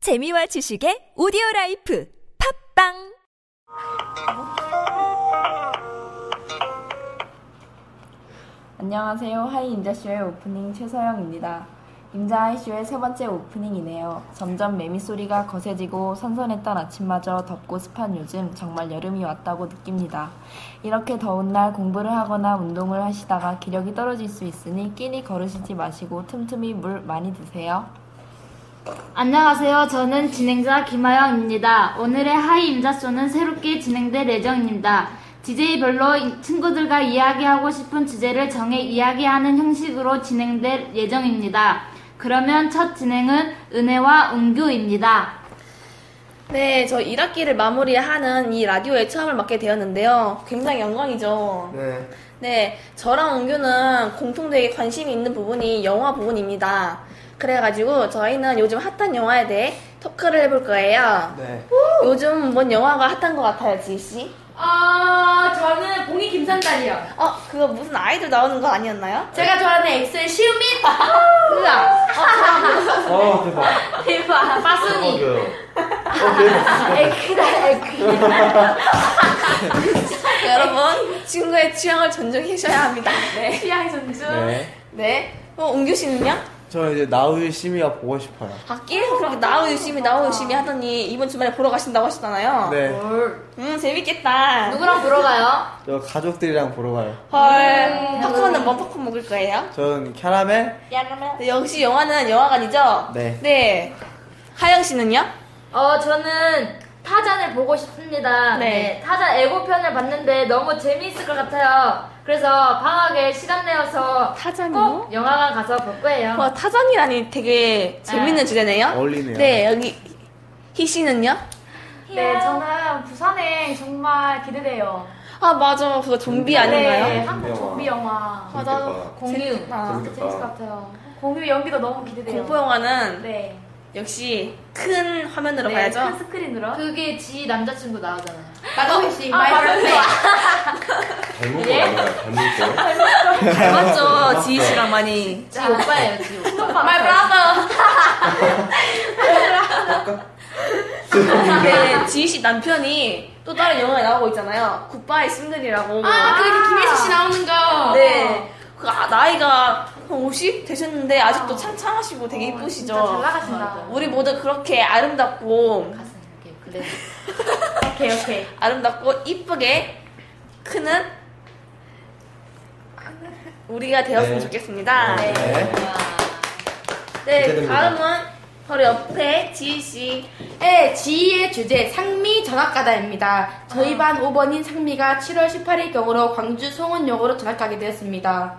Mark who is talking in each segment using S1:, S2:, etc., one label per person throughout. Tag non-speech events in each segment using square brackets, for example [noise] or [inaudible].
S1: 재미와 지식의 오디오 라이프 팝빵
S2: 안녕하세요. 하이 임자쇼의 오프닝 최서영입니다. 임자하이쇼의 세 번째 오프닝이네요. 점점 매미 소리가 거세지고 선선했던 아침마저 덥고 습한 요즘 정말 여름이 왔다고 느낍니다. 이렇게 더운 날 공부를 하거나 운동을 하시다가 기력이 떨어질 수 있으니 끼니 거르시지 마시고 틈틈이 물 많이 드세요.
S3: 안녕하세요. 저는 진행자 김하영입니다. 오늘의 하이 임자쇼는 새롭게 진행될 예정입니다. DJ별로 이- 친구들과 이야기하고 싶은 주제를 정해 이야기하는 형식으로 진행될 예정입니다. 그러면 첫 진행은 은혜와 은규입니다.
S4: 네, 저 1학기를 마무리하는 이 라디오에 처음을 맡게 되었는데요. 굉장히 영광이죠.
S5: 네.
S4: 네, 저랑 은규는 공통되게 관심이 있는 부분이 영화 부분입니다. 그래가지고 저희는 요즘 핫한 영화에 대해 토크를 해볼 거예요.
S5: 네.
S4: 요즘 뭔 영화가 핫한 것 같아요, 지희씨?
S6: 아 저는 봉이 김산달이요.
S4: 어, 그거 무슨 아이돌 나오는 거 아니었나요?
S6: 제가 좋아하는 엑소의 시우민.
S5: 어, 대박.
S6: 대박.
S5: 어,
S6: 빠순이.
S5: 그, 어, 대박.
S4: 여러분, 친구의 취향을 존중해 주셔야 합니다. 네.
S6: 취향 존중.
S5: 네.
S4: 네. 어, 은규씨는요?
S5: 저 이제 나우유 심이가 보고 싶어요.
S4: 아, 계속 그렇게 나우 유심히, 나우 유심히 하더니 이번 주말에 보러 가신다고 하시잖아요.
S5: 네.
S6: 어.
S4: 음, 재밌겠다.
S6: 누구랑 보러 가요?
S5: 저 가족들이랑 보러 가요.
S4: 헐. 팝콘은 뭔 팝콘 먹을 거예요?
S5: 저는 캐러멜?
S4: 네, 역시 영화는 영화관이죠?
S5: 네.
S4: 네. 하영 씨는요?
S6: 어 저는 타잔을 보고 싶습니다.
S4: 네.
S6: 네. 타잔 예고편을 봤는데 너무 재미있을 것 같아요. 그래서 방학에 시간 내어서
S4: 타잔이요?
S6: 꼭 영화관 가서 볼 거예요.
S3: 어,
S4: 와, 타잔이라니 되게 재밌는 주제네요.
S5: 어울리네요.
S4: 네, 여기 희 씨는요?
S6: 네 저는 부산행 정말 기대돼요.
S4: 아, 맞아. 그거 좀비
S6: 네,
S4: 아닌가요?
S5: 한국 좀비
S6: 영화.
S4: 맞아.
S6: 어, 공유.
S4: 아,
S6: 재밌을 것 같아요. 공유 연기도 너무 기대돼요.
S4: 공포 영화는
S6: 네.
S4: 역시 큰 화면으로
S6: 네, 큰
S4: 봐야죠.
S7: 아,
S6: 스크린으로.
S3: 그게 지 남자친구 나오잖아요.
S6: 나도 씨. 아, 맞아요.
S8: 닮은
S6: 예?
S8: 거 아니야? 닮은 거?
S4: 잘 맞죠? 지희 씨랑 많이.
S3: 지 오빠예요, 지 오빠.
S6: 말 브라보.
S4: 네, 지희 씨 남편이 또 다른 영화에 나오고 있잖아요. 굿바이 싱글이라고.
S6: 아, 어. 그 김혜수 씨 나오는 거.
S4: 네. 그 아, 나이가 한 50 되셨는데 아직도 창창하시고 되게 이쁘시죠.
S6: 어, 진짜 잘 나가신다.
S4: 우리 모두 그렇게 아름답고
S3: 이렇게 그래.
S6: 오케이, 오케이.
S4: 아름답고 이쁘게 크는 우리가 되었으면
S5: 네.
S6: 아,
S4: 좋겠습니다. 네.
S5: 기대됩니다.
S4: 다음은 바로 옆에 지희 씨.
S7: 네, 지희의 주제 상미 전학가다입니다.
S6: 아.
S7: 저희 반 5번인 상미가 7월 18일 경으로 광주 송원역으로 전학가게 되었습니다.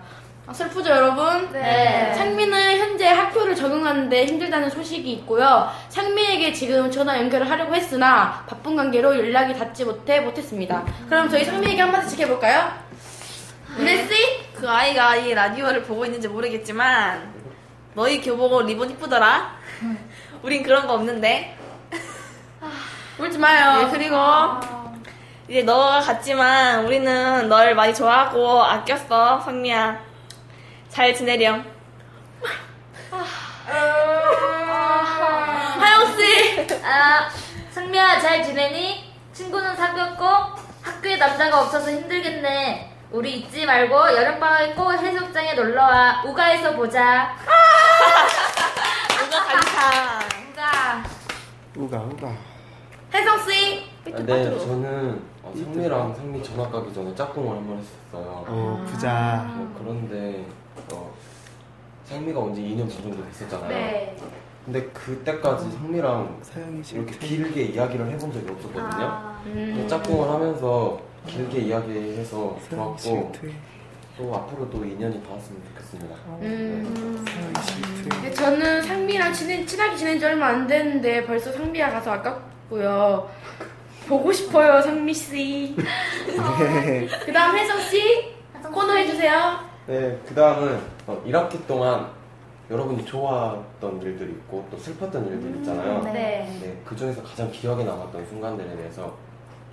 S7: 아, 슬프죠, 여러분?
S6: 네.
S7: 상미는 현재 학교를 적응하는데 힘들다는 소식이 있고요. 상미에게 지금 전화 연결을 하려고 했으나 바쁜 관계로 연락이 닿지 못해 못했습니다. 그럼 저희 상미에게 한마디 지켜볼까요?
S6: 네.
S7: 은혜씨?
S4: 그 아이가 이 라디오를 보고 있는지 모르겠지만 너희 교복 리본 이쁘더라. [laughs] 우린 그런 거 없는데.
S7: 울지 마요.
S4: 네, 그리고 이제 너가 갔지만 우리는 널 많이 좋아하고 아꼈어, 선미야. 잘 지내렴. 하영씨!
S3: 아, 승미야 잘 지내니? 친구는 사귀었고 학교에 남자가 없어서 힘들겠네. 우리 잊지 말고 여름방학에 꼭 해수욕장에 놀러와. 우가에서 보자.
S4: 누가 간사.
S5: 우가, 우가.
S7: 혜성씨?
S8: 네, 저는 어, 상미랑 상미 전학 가기 전에 짝꿍을 한 번 했었어요.
S5: 어, 부자.
S8: 네, 그런데 어, 상미가 언제 2년 전 정도 됐었잖아요.
S6: 네.
S8: 근데 그때까지 상미랑
S5: 사영이 씨.
S8: 이렇게 길게 이야기를 해본 적이 없었거든요.
S6: 아,
S8: 근데 짝꿍을 하면서 길게 이야기해서
S5: 사영이 씨.
S8: 어, 좋았고
S5: 트윈.
S8: 또 앞으로 또 인연이 닿았으면 좋겠습니다.
S7: 음.
S5: 사영이 씨. 트윈.
S7: 네, 저는 상미랑 친해, 친하게 지낸 지 얼마 안 됐는데 벌써 상미야 가서 아깝고요. 보고 싶어요, 상미 씨.
S5: 네.
S7: 그다음 혜성 씨 코너 해주세요.
S8: 네, 그 다음은 1학기 동안 여러분이 좋아했던 일들이 있고 또 슬펐던 일들이 있잖아요.
S6: 음. 네.
S8: 네, 그 중에서 가장 기억에 남았던 순간들에 대해서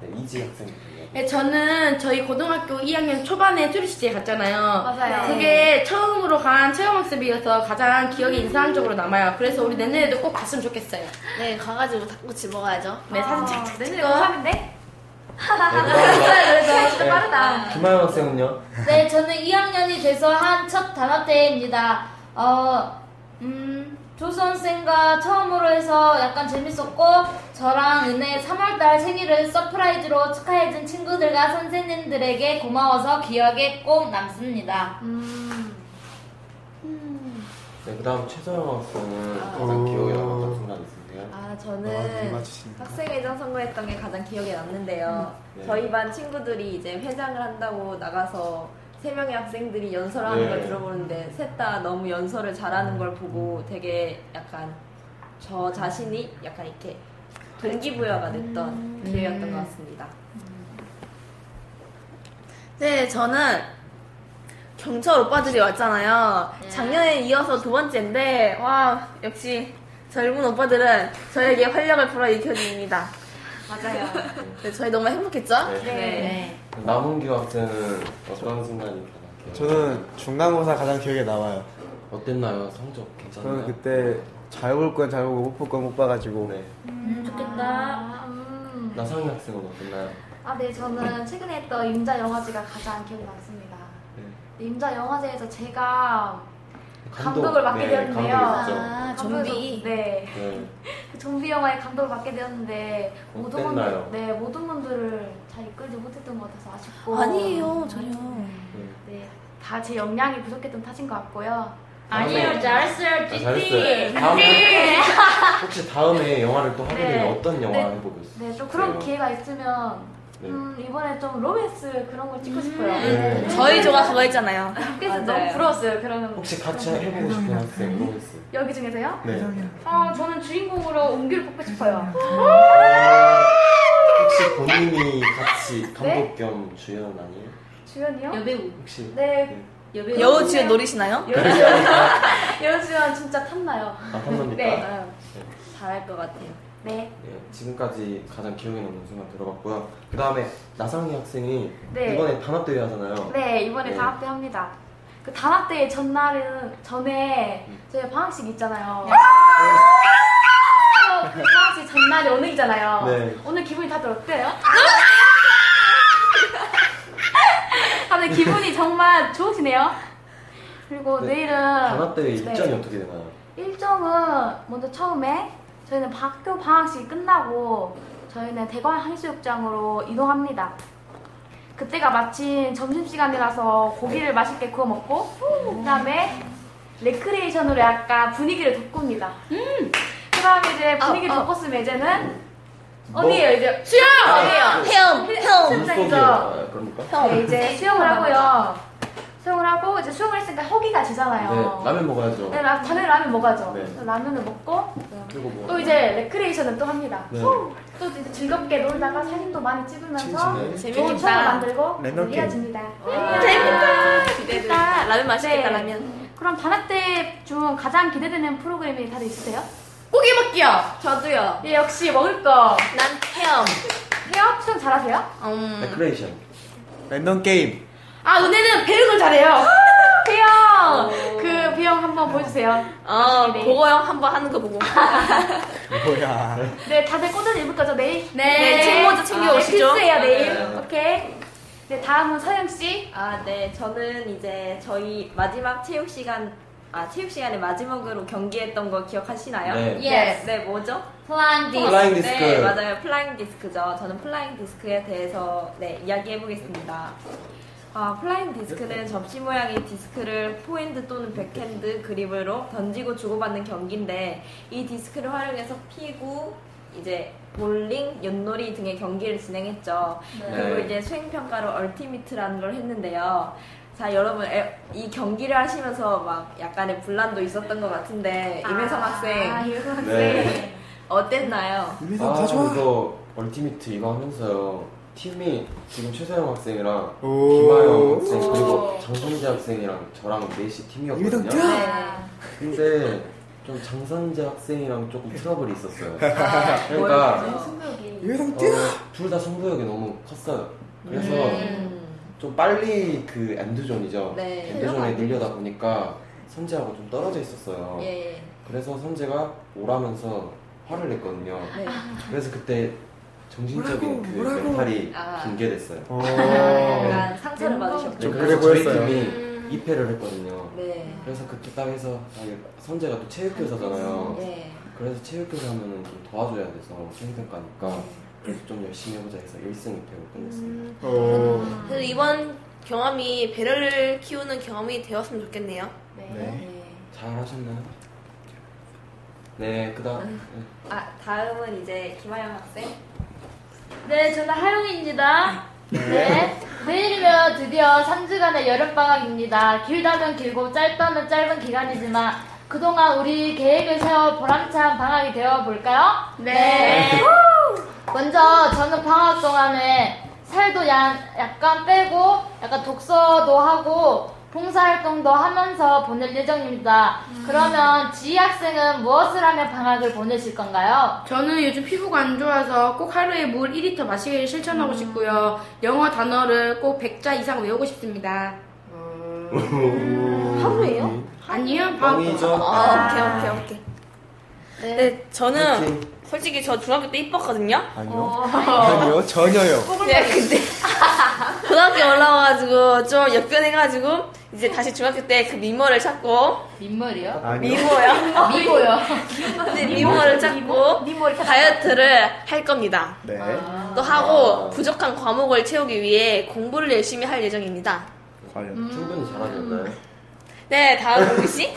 S8: 네, 이지 학생입니다.
S7: 네, 저는 저희 고등학교 2학년 초반에 트리시티에 갔잖아요.
S6: 맞아요.
S7: 그게 처음으로 간 체험학습이어서 가장 기억에 인상적으로 남아요. 그래서 우리 내년에도 꼭 갔으면 좋겠어요.
S4: 네, 가가지고 닭꼬치 집어가야죠.
S7: 네, 사진 찍자.
S6: 아, 내년에 고3인데? 아, 네.
S8: 그래서
S7: 네.
S6: 진짜 빠르다.
S8: 김하영 학생은요?
S3: 네, 저는 2학년이 돼서 한 첫 단합대회입니다. 어, 음, 조선생과 처음으로 해서 약간 재밌었고, 저랑 은혜 3월달 생일을 서프라이즈로 축하해준 친구들과 선생님들에게 고마워서 기억에 꼭 남습니다.
S8: 네, 그 다음 최서영 학생은 가장
S5: 어.
S8: 기억에 남았던 순간 있으세요?
S2: 아,
S5: 아,
S2: 저는
S5: 맞으시니까.
S2: 학생회장 선거했던 게 가장 기억에 남는데요.
S8: 네.
S2: 저희 반 친구들이 이제 회장을 한다고 나가서 세 명의 학생들이 연설하는
S8: 네.
S2: 걸 들어보는데 셋 다 너무 연설을 잘하는 걸 보고 되게 약간 저 자신이 약간 이렇게 동기부여가 됐던
S8: 음.
S2: 기회였던 것 같습니다.
S4: 네, 저는 경찰 오빠들이 왔잖아요. 작년에 이어서 두 번째인데, 와, 역시 젊은 오빠들은 저에게 활력을 불어일으켜줍니다.
S6: 맞아요.
S4: 네, 저희 너무 행복했죠?
S6: 네.
S8: 남은규 학생은 어떤 순간이 가장 기억에
S5: 저는 중간고사 가장 기억에 남아요.
S8: 남아요? 어땠나요? 성적 괜찮나요?
S5: 저는 그때 잘 볼 건 잘 보고 못 볼 건 못 봐가지고
S8: 네.
S6: 음, 좋겠다.
S8: 나-
S6: 음.
S8: 나상희 학생은 어땠나요?
S6: 아, 네, 저는 최근에 했던 임자 영화제가 가장 기억에 남습니다.
S8: 네.
S6: 임자 영화제에서 제가
S8: 감독,
S6: 감독을 맡게
S8: 네,
S6: 되었는데요.
S8: 감독이었죠.
S4: 아,
S6: 감독에서-
S4: 좀비.
S6: 네.
S8: 네.
S6: 그 좀비 영화의 감독을 맡게 되었는데 모든
S8: 어땠나요?
S6: 분들, 네, 모든 분들을 잘 이끌지 못했던 것 같아서 아쉽고
S4: 아니에요, 전혀.
S8: 네.
S6: 네, 다 제 역량이 부족했던 탓인 것 같고요.
S8: 다음에-
S3: 아니요, 잘했어요,
S8: 아,
S3: GT.
S8: 잘했어요. 다음에 [laughs] 혹시 다음에 영화를 또 하게
S6: 네.
S8: 되면 어떤 영화
S6: 네.
S8: 해보고 있어요?
S6: 네, 또 그런 기회가 있으면
S8: 네.
S6: 음, 이번에 좀 로맨스 그런 걸 찍고 싶어요.
S8: 네.
S4: 음, 저희 조가 그거 했잖아요.
S6: 그래서
S2: 맞아요.
S6: 너무 부러웠어요. 그런
S8: 혹시 같이 해보고
S6: 네.
S8: 싶은 학생 모르겠어요.
S6: 여기 중에서요?
S8: 네.
S6: 어, 저는 주인공으로 웅규를 뽑고 싶어요.
S8: 혹시 본인이 같이
S6: 네.
S8: 감독 겸 주연 아니에요?
S6: 주연이요?
S3: 여배우.
S8: 혹시
S6: 네.
S4: 여우 지우 노리시나요?
S6: [laughs] 여주연 진짜 탐나요.
S8: 아, 감사합니다.
S6: 네.
S2: 잘할 것 같아요.
S6: 네.
S8: 예, 지금까지 가장 기억에 남는 순간 들어봤고요. 그 다음에 나상희 학생이
S6: 네.
S8: 이번에 단합대회 하잖아요.
S6: 네, 이번에
S8: 네.
S6: 방학 때 합니다. 그 방학 때 전날은 전에
S8: 음.
S6: 저희 방학식 있잖아요. 그래서 그 방학식 전날이 오늘이잖아요.
S8: 네.
S6: 오늘 기분이 다들 어때요? [laughs] 다들 기분이 정말 좋으시네요. 그리고
S8: 네.
S6: 내일은
S8: 단합대회
S6: 네.
S8: 일정이 어떻게 되나요?
S6: 일정은 먼저 처음에 저희는 학교 방학식이 끝나고 저희는 대관 해수욕장으로 이동합니다. 그때가 마침 점심시간이라서 고기를 맛있게 구워 먹고 그다음에 레크레이션으로 약간 분위기를 돋굽니다. 그다음 이제 분위기 를 돋궜으면 이제는
S8: 뭐?
S6: 어디예요 이제 수영!
S8: 아,
S4: 헤엄, 헤엄.
S8: 물속이에요. 아, 그럽니까?
S4: 헤엄.
S6: 네, 이제 수영을 하고요. 수영을 하고 이제 수영을 했으니까 허기가 지잖아요.
S8: 네, 라면 먹어야죠.
S6: 네, 라, 당연히 라면 먹어야죠.
S8: 네.
S6: 그래서 라면을 먹고
S8: 그리고 뭐?
S6: 또 이제 레크레이션을 또 합니다.
S8: 네.
S6: 후! 또 이제 즐겁게 놀다가 사진도 많이 찍으면서
S5: 친친해.
S4: 어,
S6: 좋은 추억을 만들고
S5: 랜덤 게임.
S6: 이어집니다.
S4: 재밌다. 기대된다. 라면 맛있겠다,
S6: 네.
S4: 라면.
S6: 그럼 단합 때중 가장 기대되는 프로그램이 다들 있으세요?
S7: 고기 먹기요!
S2: 저도요.
S6: 예, 역시 먹을 거.
S4: 난 헤엄.
S6: 해요? 추천 잘하세요?
S4: 음.
S8: 레크레이션.
S5: 랜덤 게임
S7: 아, 은혜는 배우를 잘해요!
S6: 아, 비영! 그 비영 한번 보여주세요.
S4: 어,
S6: 네.
S4: 보고형 한번 하는 거
S2: [laughs]
S4: 보고.
S5: 뭐야?
S6: 네, 다들 꽃을 입을 거죠, 내일?
S4: 네, 챙겨오죠, 챙겨오시죠.
S6: 아, 네, 필수예요, 내일.
S8: 네.
S6: 오케이. 네, 다음은 서영씨.
S2: 아, 네. 저는 이제 저희 마지막 체육 시간 아, 체육 시간에 마지막으로 경기했던 거 기억하시나요?
S8: 네.
S3: Yes.
S2: 네, 뭐죠?
S3: 플란디.
S8: 플라잉 디스크.
S2: 네, 맞아요. 플라잉 디스크죠. 저는 플라잉 디스크에 대해서 네, 이야기해 보겠습니다. 아, 플라잉 디스크는 접시 모양의 디스크를 포핸드 또는 백핸드 그립으로 던지고 주고받는 경기인데 이 디스크를 활용해서 피구, 이제 볼링, 윷놀이 등의 경기를 진행했죠. 그리고
S8: 네.
S2: 이제 수행 평가로 얼티미트라는 걸 했는데요. 자, 여러분 에- 이 경기를 하시면서 막 약간의 분란도 있었던 것 같은데 임혜성
S6: 아,
S2: 학생
S6: 이효성 학생.
S8: 네.
S2: 어땠나요?
S5: 유미상
S8: 아,
S5: 가져와.
S8: 그래서 얼티미트 이거 하면서요. 팀이 지금 최서영 학생이랑
S5: 오.
S8: 김하영 학생 그리고 장선재 학생이랑 저랑 넷이
S5: 유미상
S8: 팀이었거든요.
S5: 뛰어.
S8: 근데 좀 장선재 학생이랑 조금 트러블이 있었어요. 그러니까
S2: 뭐였죠?
S6: 승부욕이.
S5: 얘랑
S8: 어, 둘 다 승부욕이 너무 컸어요. 그래서 좀 빨리 그 엔드존이죠.
S2: 음. 네.
S8: 엔드존에 밀려다 보니까 선재하고 좀 떨어져 있었어요.
S2: 예.
S8: 그래서 선재가 오라면서 화를 냈거든요.
S2: 네.
S8: 그래서 그때 정신적인 그 멘탈이
S2: 아.
S8: 붕괴됐어요.
S5: 어.
S2: 약간 상처를 받으셨고.
S5: 좀
S8: 네,
S5: 그래
S8: 그래서 저희
S5: 보였어요.
S6: 음.
S8: 팀이 2패를 했거든요.
S2: 네.
S8: 그래서 그때 딱 해서 아, 이거 선재가 또
S6: 음,
S8: 체육교사잖아요.
S2: 예.
S6: 네.
S8: 그래서 체육교사 하면은 좀 도와줘야 돼서
S6: 네.
S8: 생각하니까 그래서 좀 열심히 해보자 해서 1승 2패로 끝냈습니다.
S6: 음.
S5: 어.
S4: 그래서 이번 경험이 배를 키우는 경험이 되었으면 좋겠네요.
S5: 네.
S8: 잘 하셨나요? 네, 그 다음.
S2: 아, 다음은 이제 김하영 학생.
S3: 네, 저는 하용입니다. 네. 내일이면 드디어 3주간의 여름방학입니다. 길다면 길고 짧다면 짧은 기간이지만 그동안 우리 계획을 세워 보람찬 방학이 되어볼까요? 네. 먼저 저는 방학 동안에 살도 야- 약간 빼고 약간 독서도 하고 봉사활동도 하면서 보낼 예정입니다. 그러면 지희 학생은 무엇을 하며 방학을 보내실 건가요?
S9: 저는 요즘 피부가 안 좋아서 꼭 하루에 물 1리터 마시기를 실천하고 싶고요. 영어 단어를 꼭 100자 이상 외우고 싶습니다.
S4: 하루예요?
S9: 아니요, 방학
S8: 네. 뻥이죠.
S4: 아, 오케이, 오케이, 오케이. 네, 저는 솔직히 저 중학교 때 이뻤거든요.
S5: 아니요. 아니요. 전혀요.
S4: 네, 근데 고등학교 올라와가지고 좀 역변해가지고 이제 다시 중학교 때 그 미모를 찾고
S3: 민머리요?
S5: 아니요.
S4: 미모야.
S3: 미고요.
S4: 근데 네, 미모를 찾고 다이어트를 할 겁니다.
S5: 네.
S4: 또 하고
S8: 아.
S4: 부족한 과목을 채우기 위해 공부를 열심히 할 예정입니다.
S5: 과연.
S8: 음. 충분히
S6: 음.
S8: 잘하셨나요?
S4: 네, 다음 우기 씨.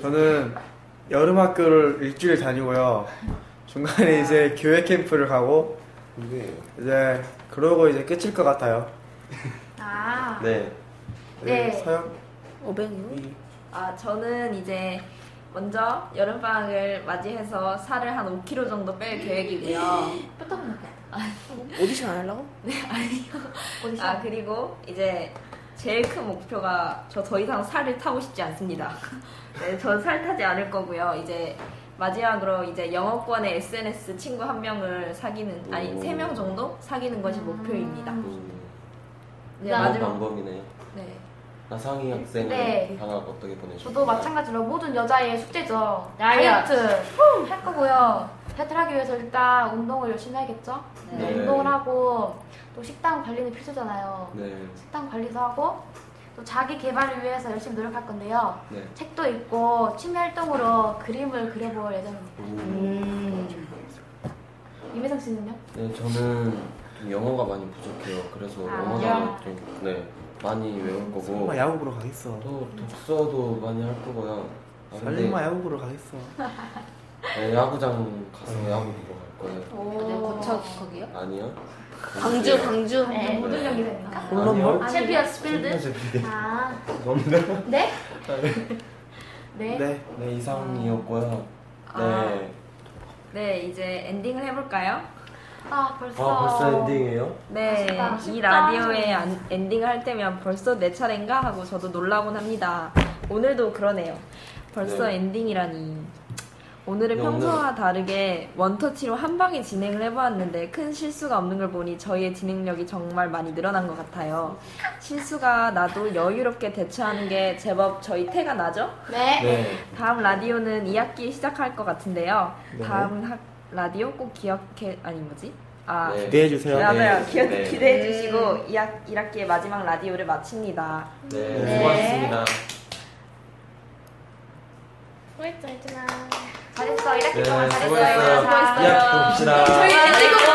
S5: 저는 여름 학교를 일주일 다니고요. 중간에 이제 교회 캠프를 가고
S8: 근데
S5: 이제 그러고 이제 끝일 것 같아요.
S6: 아.
S8: 네.
S5: 네.
S6: 네.
S5: 서영.
S4: 500요?
S2: 아, 저는 이제 먼저 여름방학을 맞이해서 살을 한 5kg 정도 뺄 계획이고요.
S4: 오디션 안 하려고?
S6: 네,
S2: 아, 그리고 이제 제일 큰 목표가 저 더 이상 살을 타고 싶지 않습니다. [laughs] 네, 전 살 타지 않을 거고요. 이제 마지막으로 이제 영어권의 SNS 친구 한 명을 사귀는 아니
S8: 오.
S2: 세 명 정도 사귀는 것이 목표입니다.
S8: 음,
S2: 네,
S8: 좋은
S2: 마지막
S8: 방법이네요.
S2: 네.
S8: 나상희 학생은
S6: 네.
S8: 방학 어떻게 보내셨나요?
S6: 저도 마찬가지로 모든 여자의 숙제죠.
S3: 다이어트.
S6: 후! 할 거고요. 다이어트를 하기 위해서 일단 운동을 열심히 해야겠죠?
S8: 네.
S6: 운동을 하고 또 식단 관리는 필수잖아요.
S8: 네.
S6: 식단 관리도 하고 또 자기 개발을 위해서 열심히 노력할 건데요.
S8: 네.
S6: 책도 읽고 취미 활동으로 그림을 그려볼 예정입니다. 유미상 씨는요?
S8: 네, 저는 좀 영어가 많이 부족해요. 그래서
S6: 아,
S8: 영어
S6: 영어.
S8: 단어 좀 네, 많이 외울 거고
S5: 설마 야구 보러 가겠어.
S8: 또 독서도 많이 할 거고요. 아, 근데
S5: 설마 야구 보러 가겠어.
S8: 네, 야구장 가서
S5: 음.
S8: 야구 보러 갈 거예요.
S2: 고척 거기요?
S8: 아니요.
S4: 광주, 광주. 네.
S6: 모든 연기자입니까?
S8: 홈런볼?
S3: 챔피언스 필드.
S6: 아,
S8: 네. 죄송합니다. 아,
S6: 네.
S5: 네.
S8: 네, 이상이었고요. 네.
S2: 네, 이제 엔딩을 해볼까요?
S6: 아,
S8: 아,
S6: 벌써.
S8: 벌써 엔딩이에요?
S2: 네,
S6: 아쉽다. 네.
S2: 이
S6: 아쉽다.
S2: 라디오의 안- 엔딩을 할 때면 벌써 내 차례인가 하고 저도 놀라곤 합니다. 오늘도 그러네요. 벌써
S8: 네.
S2: 엔딩이라니. 오늘은
S8: 네,
S2: 평소와 다르게 원터치로 한 방에 진행을 해보았는데 큰 실수가 없는 걸 보니 저희의 진행력이 정말 많이 늘어난 것 같아요. 실수가 나도 여유롭게 대처하는 게 제법 저희 태가 나죠?
S8: 네.
S2: 다음 라디오는 2학기 시작할 것 같은데요.
S5: 네.
S2: 다음 학, 라디오 꼭 기억해 아니 뭐지? 아
S8: 네.
S5: 기대해 주세요.
S8: 네.
S2: 맞아요. 기억,
S8: 네.
S2: 기대해 주시고 2학, 1학기의 마지막 라디오를 마칩니다.
S8: 네, 수고하셨습니다.
S6: 잘했어. 이렇게
S8: 네,
S6: 동안
S8: 수고했어요.
S6: 잘했어요.
S4: 네,
S6: 자,
S8: 네, 이학기 봅시다. 네.
S4: 저희 이제 찍고 네.